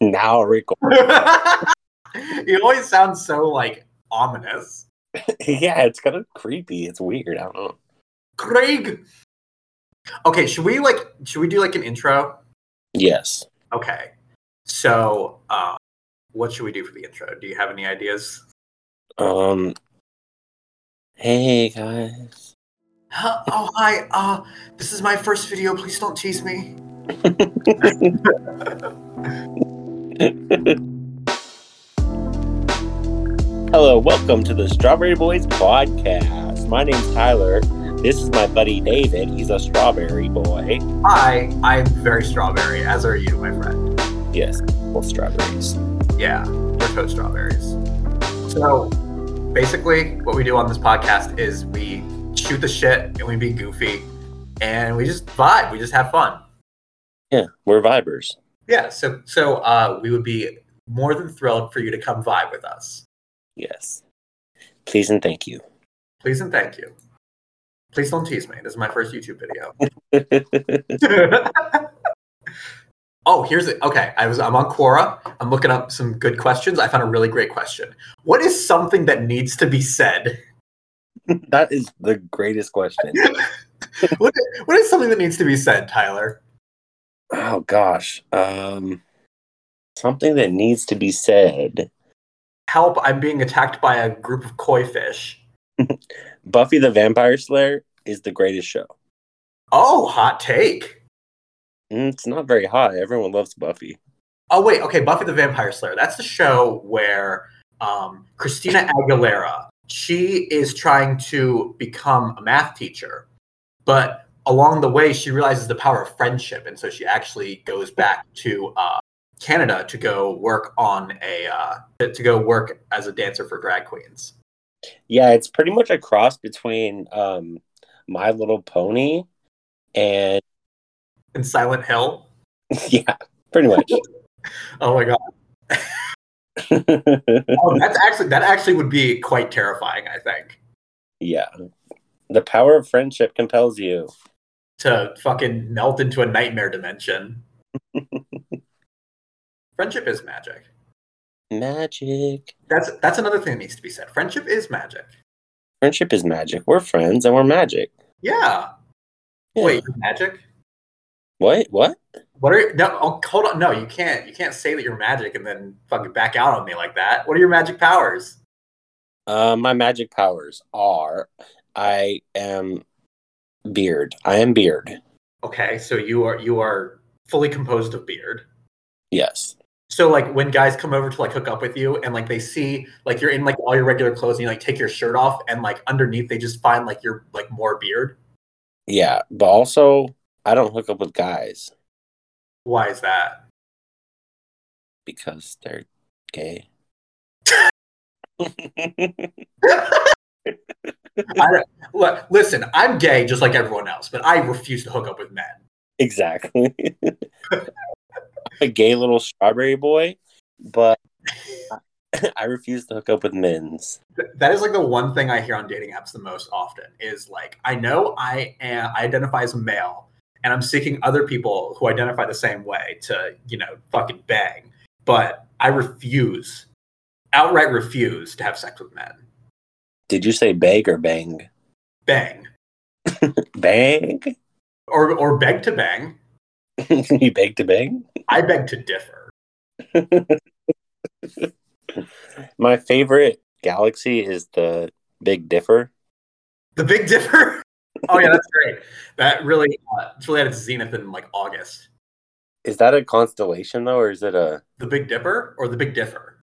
now Rico. it always sounds so like ominous. yeah, it's kind of creepy. It's weird. I don't know. Craig. Okay, should we like should we do like an intro? Yes. Okay. So, uh, what should we do for the intro? Do you have any ideas? Um. Hey guys. Huh, Oh hi. Uh, this is my first video. Please don't tease me. Hello, welcome to the Strawberry Boys podcast. My name's Tyler. This is my buddy David. He's a strawberry boy. Hi, I'm very strawberry, as are you, my friend. Yes, both strawberries. Yeah, we're toast strawberries. So, basically, what we do on this podcast is we shoot the shit and we be goofy and we just vibe. We just have fun. Yeah, we're vibers. Yeah. So, so uh, we would be more than thrilled for you to come vibe with us. Yes. Please and thank you. Please and thank you. Please don't tease me. This is my first YouTube video. oh, here's it. Okay, I was I'm on Quora. I'm looking up some good questions. I found a really great question. What is something that needs to be said? that is the greatest question. what, what is something that needs to be said, Tyler? Oh gosh. Um something that needs to be said. Help! I'm being attacked by a group of koi fish. Buffy the Vampire Slayer is the greatest show. Oh, hot take. Mm, It's not very high. Everyone loves Buffy. Oh wait, okay, Buffy the Vampire Slayer. That's the show where um, Christina Aguilera she is trying to become a math teacher, but along the way she realizes the power of friendship, and so she actually goes back to uh, Canada to go work on a uh, to to go work as a dancer for drag queens. Yeah, it's pretty much a cross between um My Little Pony and In Silent Hill. yeah, pretty much. Oh my god! Oh, that's actually that actually would be quite terrifying. I think yeah. The power of friendship compels you. to fucking melt into a nightmare dimension. Friendship is magic. Magic. That's that's another thing that needs to be said. Friendship is magic. Friendship is magic. We're friends and we're magic. Yeah. Yeah. Wait, you're magic? What? What? What are no? Oh, hold on. No, you can't. You can't say that you're magic and then fucking back out on me like that. What are your magic powers? Uh, my magic powers are I am beard. I am beard. Okay, so you are you are fully composed of beard. Yes. So like when guys come over to like hook up with you and like they see like you're in like all your regular clothes and you like take your shirt off and like underneath they just find like your like more beard. Yeah. But also, I don't hook up with guys Why is that? because they're gay. Look, listen, I'm gay just like everyone else, but I refuse to hook up with men. exactly. I'm a gay little strawberry boy, but I refuse to hook up with men's. Th- that is like the one thing I hear on dating apps the most often is like, I know I am I identify as male and I'm seeking other people who identify the same way to, you know, fucking bang. But I refuse, outright refuse to have sex with men. Did you say beg or bang? Bang. Bang? Or or beg to bang. you beg to bang? I beg to differ. My favorite galaxy is the Big Dipper. The big differ. oh yeah, that's great. That really uh, it's really at its zenith in like August. Is that a constellation though, or is it a The Big Dipper or the Big Differ?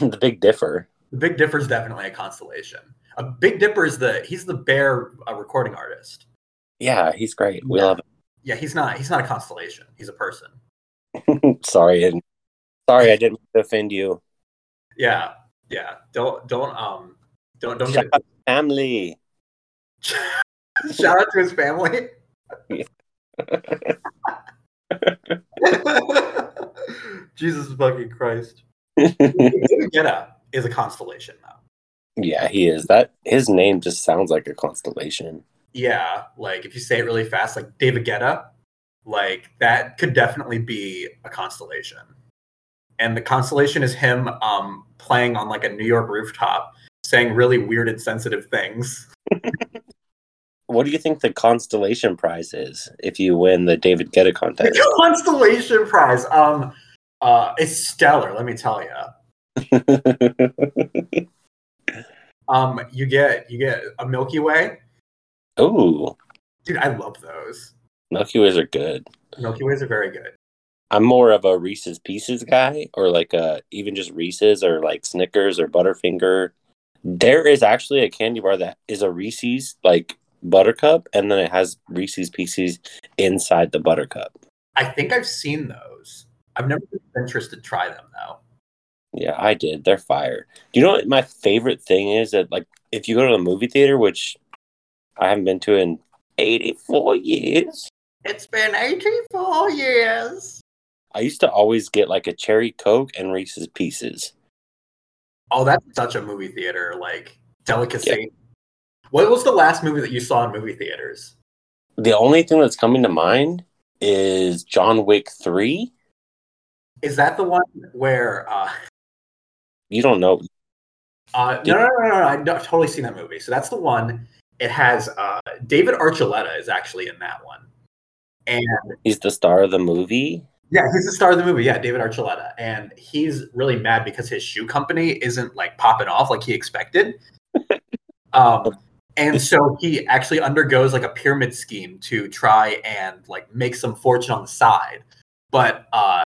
the Big Differ? The Big Dipper is definitely a constellation. A Big Dipper is the he's the bear uh, recording artist. Yeah, he's great. We love Yeah, he's not he's not a constellation. He's a person. him. sorry, and sorry, I didn't mean to offend you. Yeah, yeah. Don't don't um don't don't get Family. shout out to his family. Jesus fucking Christ. David Guetta is a constellation though. yeah, he is. That his name just sounds like a constellation. Yeah, like if you say it really fast, like David Guetta, like that could definitely be a constellation. and the constellation is him um, playing on like a New York rooftop, saying really weird and sensitive things. What do you think the constellation prize is if you win the David Guetta contest? The constellation prize, um, uh, it's stellar. Let me tell you, um, you get you get a Milky Way, Ooh, dude. I love those. Milky Ways are good. Milky Ways are very good. I'm more of a Reese's Pieces guy, or like uh even just Reese's, or like Snickers or Butterfinger. There is actually a candy bar that is a Reese's like buttercup, and then it has Reese's Pieces inside the buttercup. I think I've seen those. I've never been interested to try them though. Yeah, I did. They're fire. Do you know what my favorite thing is? That like if you go to the movie theater, which I haven't been to in 84 years, It's been eighty-four years. I used to always get like a cherry coke and Reese's Pieces. Oh, that's such a movie theater like delicacy. What was the last movie that you saw in movie theaters? The only thing that's coming to mind is John Wick 3. Is that the one where? Uh, You don't know. uh, no, no, no, no, no, I've not- totally seen that movie. So that's the one. It has uh, David Archuleta is actually in that one, and He's the star of the movie. yeah, he's the star of the movie. Yeah, David Archuleta, and he's really mad because his shoe company isn't like popping off like he expected. um, and so he actually undergoes like a pyramid scheme to try and like make some fortune on the side, but uh,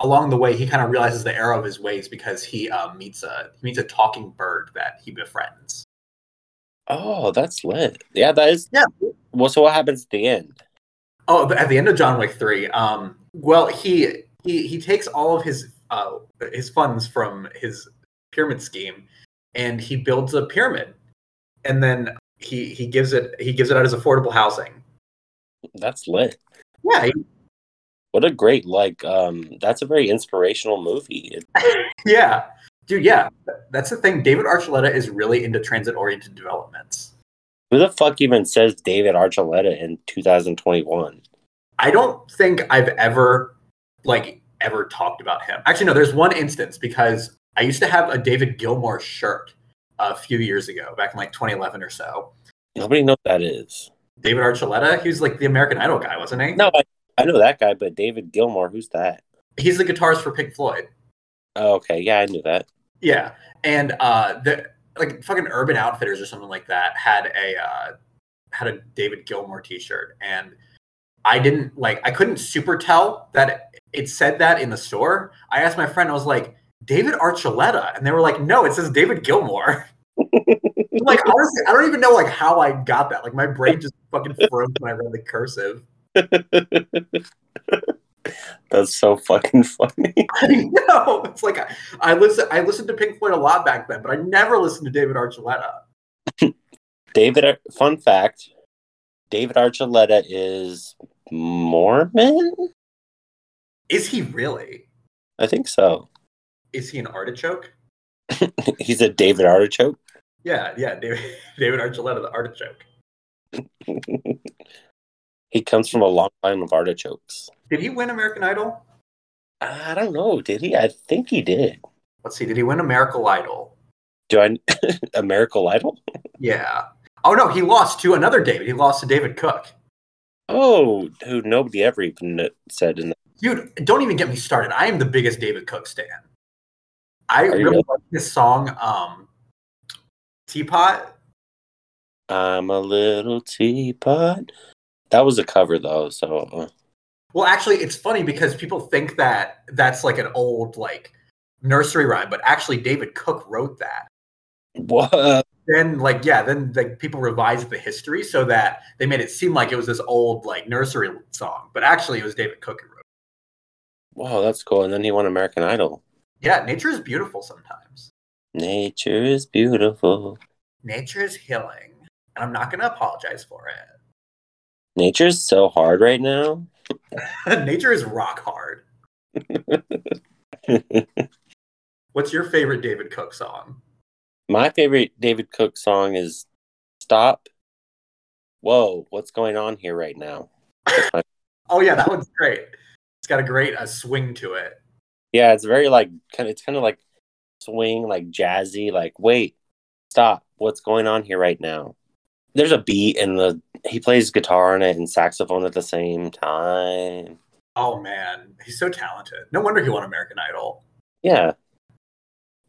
along the way he kind of realizes the error of his ways because he uh, meets a he meets a talking bird that he befriends. Oh, that's lit. Yeah, that is. Yeah. Well, so what happens at the end? Oh, at the end of John Wick three, um, well, he he he takes all of his uh, his funds from his pyramid scheme, and he builds a pyramid, and then he he gives it he gives it out as affordable housing. That's lit. Yeah, he- What a great like. Um, that's a very inspirational movie. It- yeah, dude, yeah. That's the thing. David Archuleta is really into transit oriented developments. who the fuck even says David Archuleta in 2021? I don't think I've ever like ever talked about him. Actually, no, there's one instance because I used to have a David Gilmour shirt a few years ago, back in like 2011 or so. Nobody knows what that is. David Archuleta, he was like the American Idol guy, wasn't he? No, I, I know that guy, but David Gilmore, who's that? he's the guitarist for Pink Floyd. Oh, okay, yeah, I knew that. Yeah, and uh, the like fucking Urban Outfitters or something like that had a uh, had a David Gilmour T-shirt, and I didn't like I couldn't super tell that it said that in the store. I asked my friend, I was like, David Archuleta, and they were like, No, it says David Gilmour. like honestly, I don't even know like how I got that. Like my brain just fucking froze when I read the cursive. That's so fucking funny. I know it's like I, I listen. I listened to Pink Floyd a lot back then, but I never listened to David Archuleta. David, Ar- fun fact David Archuleta is Mormon? Is he really? I think so. Is he an artichoke? He's a David Artichoke. Yeah, yeah, David, David Archuleta, the artichoke. He comes from a long line of artichokes. Did he win American Idol? I don't know. Did he? I think he did. Let's see. Did he win American Idol? Do I a miracle idol? Yeah. Oh no, he lost to another David. He lost to David Cook. Oh, who nobody ever even kn- said in the Dude, don't even get me started. I am the biggest David Cook stan. I Are you really really? like this song, um, Teapot. I'm a little teapot. That was a cover though, so uh, Well, actually, it's funny because people think that that's like an old like nursery rhyme, but actually, David Cook wrote that. what? then like yeah then like people revised the history so that they made it seem like it was this old like nursery song but actually it was david cook who wrote Wow, that's cool. And then he won American Idol. it yeah nature is beautiful sometimes Nature is beautiful. nature is healing and i'm not going to apologize for Nature is so hard right now. it nature is rock hard what's your favorite david cook song My favorite David Cook song is Stop. Whoa, what's going on here right now? oh yeah that one's great it's got a great uh, swing to it Yeah, it's very like kind. It's kind of like swing, like jazzy. Like, wait, stop. What's going on here right now? There's a beat, and the he plays guitar on it and saxophone at the same time. Oh man, he's so talented. No wonder he won American Idol. Yeah.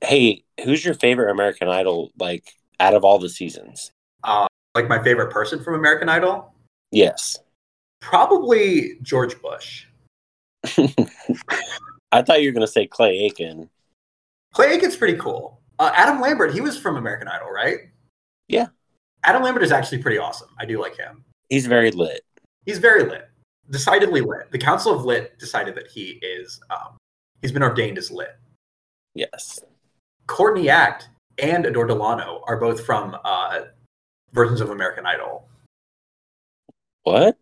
Hey, who's your favorite American Idol? Like, out of all the seasons? Uh, like my favorite person from American Idol, Yes. probably George Bush. I thought you were gonna say Clay Aiken. Clay Aiken's pretty cool. Uh, Adam Lambert, he was from American Idol, right? Yeah. Adam Lambert is actually pretty awesome. I do like him. He's very lit. He's very lit, decidedly lit. The Council of Lit decided that he is, um, he's been ordained as lit. Yes. Courtney Act and Adore Delano are both from uh, versions of American Idol. What?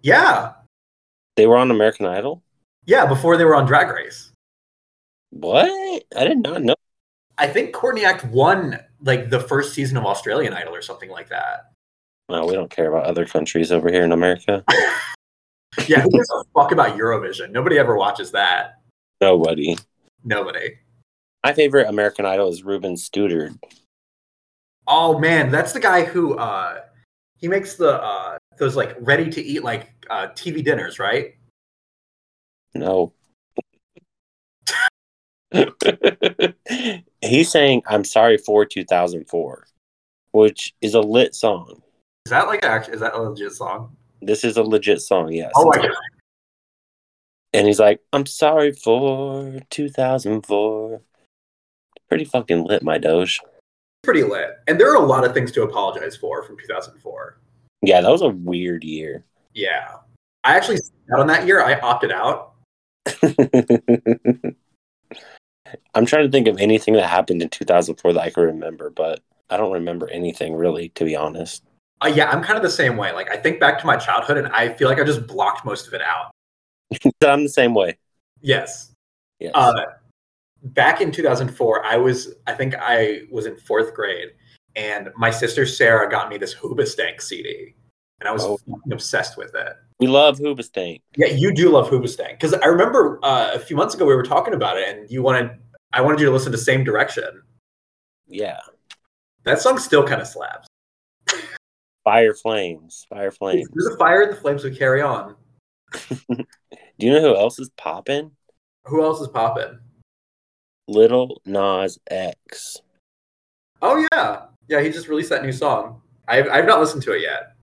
Yeah. They were on American Idol? Yeah, before they were on Drag Race. What? I did not know. I think Courtney Act won like the first season of Australian Idol or something like that. No, we don't care about other countries over here in America. Yeah, who gives a fuck about Eurovision? Nobody ever watches that. Nobody. Nobody. My favorite American Idol is Ruben Studer. Oh man, that's the guy who uh he makes the uh those like ready to eat like uh TV dinners, right? No. He's saying I'm sorry for 2004, which is a lit song. Is that like actually is that a legit song? This is a legit song, yes. Oh my god. and he's like, I'm sorry for 2004. Pretty fucking lit, my Doge. Pretty lit. And there are a lot of things to apologize for from 2004. Yeah, that was a weird year. Yeah. I actually sat out on that year. I opted out. I'm trying to think of anything that happened in 2004 that I can remember, but I don't remember anything really, to be honest. Uh, yeah, I'm kind of the same way. Like I think back to my childhood and I feel like I just blocked most of it out. I'm the same way. Yes. Yes. Uh, back in 2004, I was, I think I was in fourth grade, and my sister Sarah got me this Hoobastank CD, and I was Oh. fucking obsessed with it. we love Hoobastank. Yeah, you do love Hoobastank because I remember uh, a few months ago we were talking about it, and you wanted, I wanted you to listen to Same Direction. Yeah. That song still kind of slaps. Fire Flames. Fire Flames. Through the fire and the flames would carry on. Do you know who else is popping? Who else is popping? Little Nas X. Oh yeah, yeah. He just released that new song. I've I've not listened to it yet.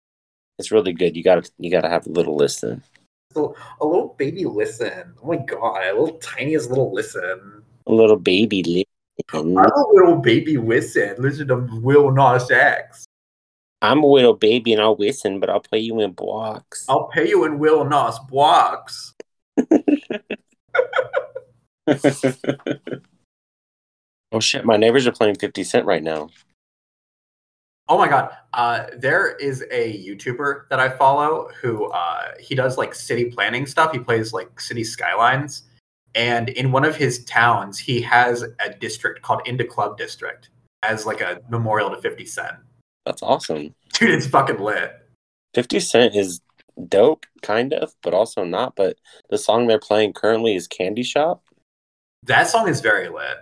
It's really good. You gotta you gotta have a little listen. So, a little baby listen. Oh my god, a little tiniest little listen. A little baby listen. I'm a little baby listen. Listen to Will Nas X. I'm a little baby and I'll listen, but I'll play you in blocks. I'll pay you in Will Nas blocks. oh shit, my neighbors are playing 50 Cent right now. Oh my god. Uh, there is a YouTuber that I follow who uh, he does like city planning stuff. He plays like city skylines. And in one of his towns, he has a district called Into Club District as like a memorial to 50 Cent. That's awesome. Dude, it's fucking lit. 50 Cent is dope, kind of, but also not. But the song they're playing currently is Candy Shop. That song is very lit.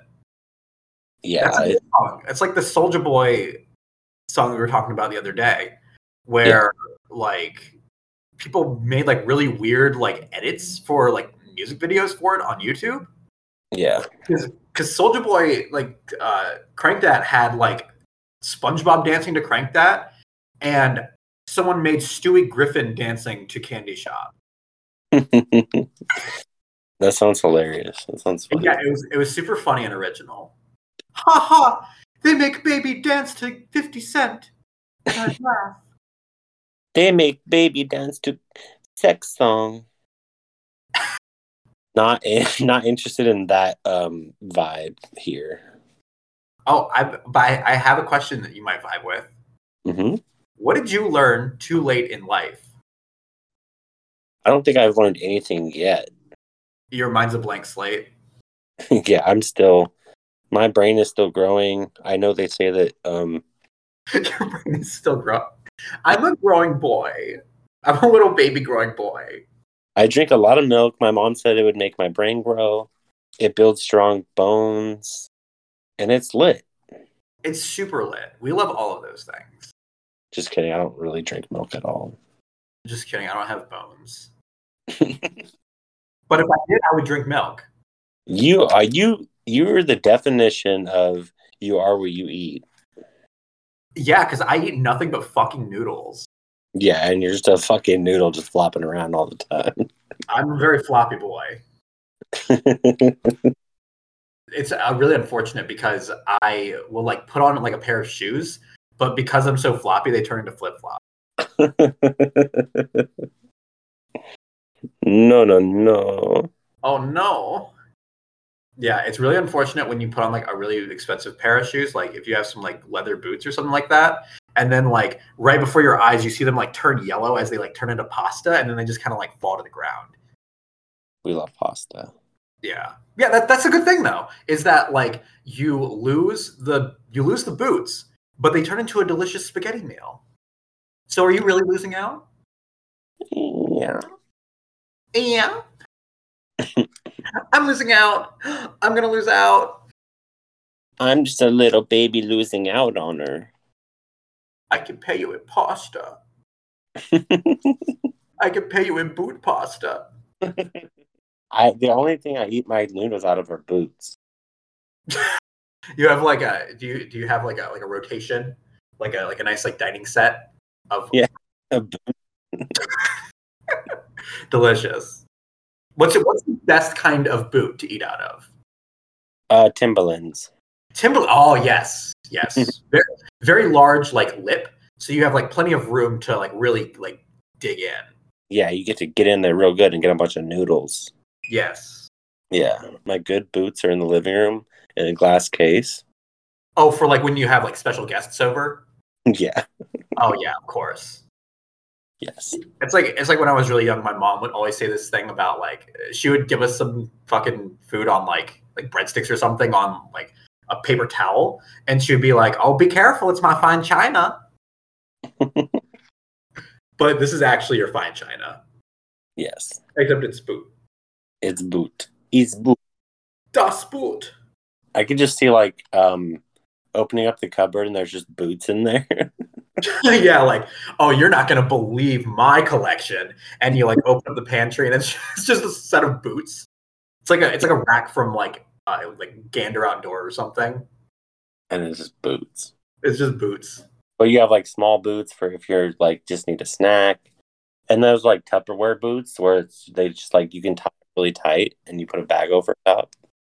Yeah. That's a it- good song. It's like the Soldier Boy song we were talking about the other day, where like people made like really weird like edits for like music videos for it on YouTube. yeah. Because Soldier Boy like uh, Crank That had like SpongeBob dancing to Crank That, and someone made Stewie Griffin dancing to Candy Shop. that sounds hilarious. That sounds And funny. yeah, it was it was super funny and original. Ha ha! They make baby dance to Fifty Cent. I laugh. They make baby dance to sex song. not in, not interested in that um vibe here. Oh, I but I I have a question that you might vibe with. hmm What did you learn too late in life? I don't think I've learned anything yet. Your mind's a blank slate. yeah, I'm still my brain is still growing. I know they say that um Your brain is still growing. I'm a growing boy. I'm a little baby growing boy. I drink a lot of milk. My mom said it would make my brain grow. It builds strong bones, and it's lit. It's super lit. We love all of those things. Just kidding. I don't really drink milk at all. Just kidding. I don't have bones. but if I did, I would drink milk. You are you you're the definition of you are what you eat. Yeah, because I eat nothing but fucking noodles. Yeah, and you're just a fucking noodle just flopping around all the time. I'm a very floppy boy. It's uh, really unfortunate because I will like put on like a pair of shoes, but because I'm so floppy, they turn into flip flops. no, no, no. Oh no. Yeah, it's really unfortunate when you put on like a really expensive pair of shoes, like if you have some like leather boots or something like that, and then like right before your eyes you see them like turn yellow as they like turn into pasta and then they just kind of like fall to the ground. We love pasta. Yeah. Yeah, that, that's a good thing though, is that like you lose the you lose the boots, but they turn into a delicious spaghetti meal. So are you really losing out? Yeah. Yeah. I'm losing out. I'm gonna lose out. I'm just a little baby losing out on her. I can pay you in pasta. I can pay you in boot pasta. I the only thing I eat my noodles out of her boots. You have like a do you do you have like a like a rotation? Like a like a nice like dining set of Yeah. delicious. What's it, what's the best kind of boot to eat out of? Uh Timberlands. Timber. Oh yes, yes. very, very large, like lip. So you have like plenty of room to like really like dig in. Yeah, you get to get in there real good and get a bunch of noodles. Yes. Yeah. My good boots are in the living room in a glass case. Oh, for like when you have like special guests over. Yeah. Oh yeah, of course. Yes. It's like it's like when I was really young. My mom would always say this thing about like she would give us some fucking food on like like breadsticks or something on like a paper towel, and she would be like, "Oh, be careful! It's my fine china." but this is actually your fine china, Yes. except it's boot. It's boot. It's boot. Das Boot. I could just see like um opening up the cupboard and there's just boots in there. yeah, like, oh, you're not gonna believe my collection, and you like open up the pantry, and it's just, it's just a set of boots. It's like a it's like a rack from like uh, like Gander Outdoor or something. and it's just boots. It's just boots. But you have like small boots for if you're like just need a snack. And those like Tupperware boots where it's they just like you can tie it really tight and you put a bag over top.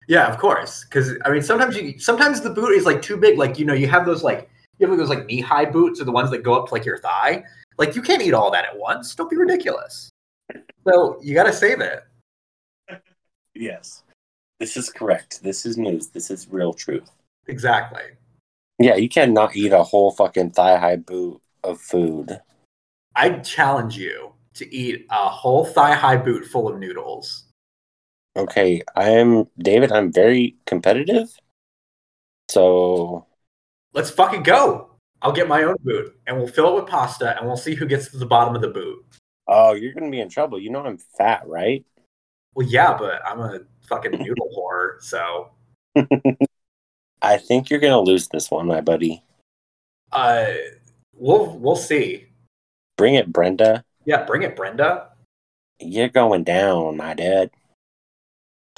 Yeah, of course, because I mean, sometimes you sometimes the boot is like too big. Like you know, you have those like you have those like knee high boots, or the ones that go up to like your thigh. Like you can't eat all that at once. Don't be ridiculous. So you gotta save it. Yes. This is correct. This is news. This is real truth. Exactly. Yeah, you cannot eat a whole fucking thigh high boot of food. I challenge you to eat a whole thigh high boot full of noodles. Okay, I'm David, I'm very competitive. So Let's fucking go. I'll get my own boot and we'll fill it with pasta and we'll see who gets to the bottom of the boot. oh you're gonna be in trouble. You know I'm fat, right? Well, yeah, but I'm a fucking noodle whore, so I think you're gonna lose this one, my buddy. uh, we'll we'll see. Bring it, Brenda. Yeah, bring it, Brenda. You're going down, my dad.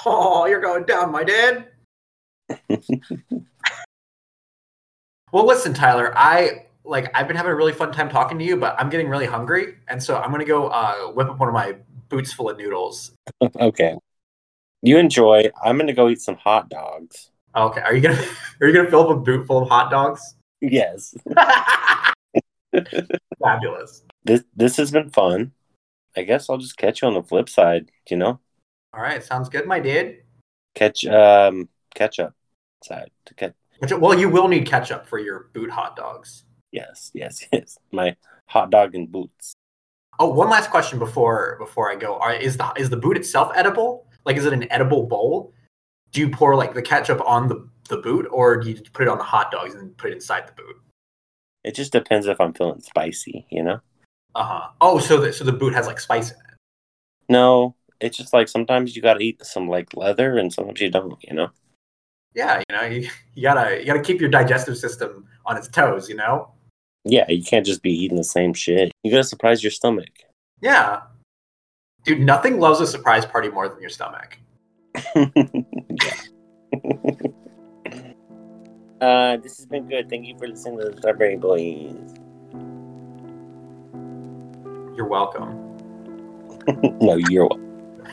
Oh, you're going down, my dad. well, listen, Tyler. I like I've been having a really fun time talking to you, but I'm getting really hungry, and so I'm gonna go uh, whip up one of my boots full of noodles. okay. You enjoy. I'm gonna go eat some hot dogs. Okay, are you gonna are you gonna fill up a boot full of hot dogs? Yes. Fabulous. This this has been fun. I guess I'll just catch you on the flip side, you know? All right, sounds good, my dude. Catch um catch up side to catch Which- Well, you will need ketchup for your boot hot dogs. yes, yes, yes. My hot dog and boots. Oh, one last question before before I go. Are, is the is the boot itself edible? Like, is it an edible bowl? Do you pour like the ketchup on the the boot, or do you put it on the hot dogs and put it inside the boot? It just depends if I'm feeling spicy, you know? Uh-huh. Uh huh. Oh, so the so the boot has like spice in it. No, it's just like sometimes you gotta eat some like leather and sometimes you don't, you know? Yeah, you know, you, you gotta you gotta keep your digestive system on its toes, you know? Yeah, you can't just be eating the same shit. You gotta surprise your stomach. Yeah. Dude, nothing loves a surprise party more than your stomach. uh, this has been good. Thank you for listening to the Strawberry Boys. You're welcome. no, you're welcome.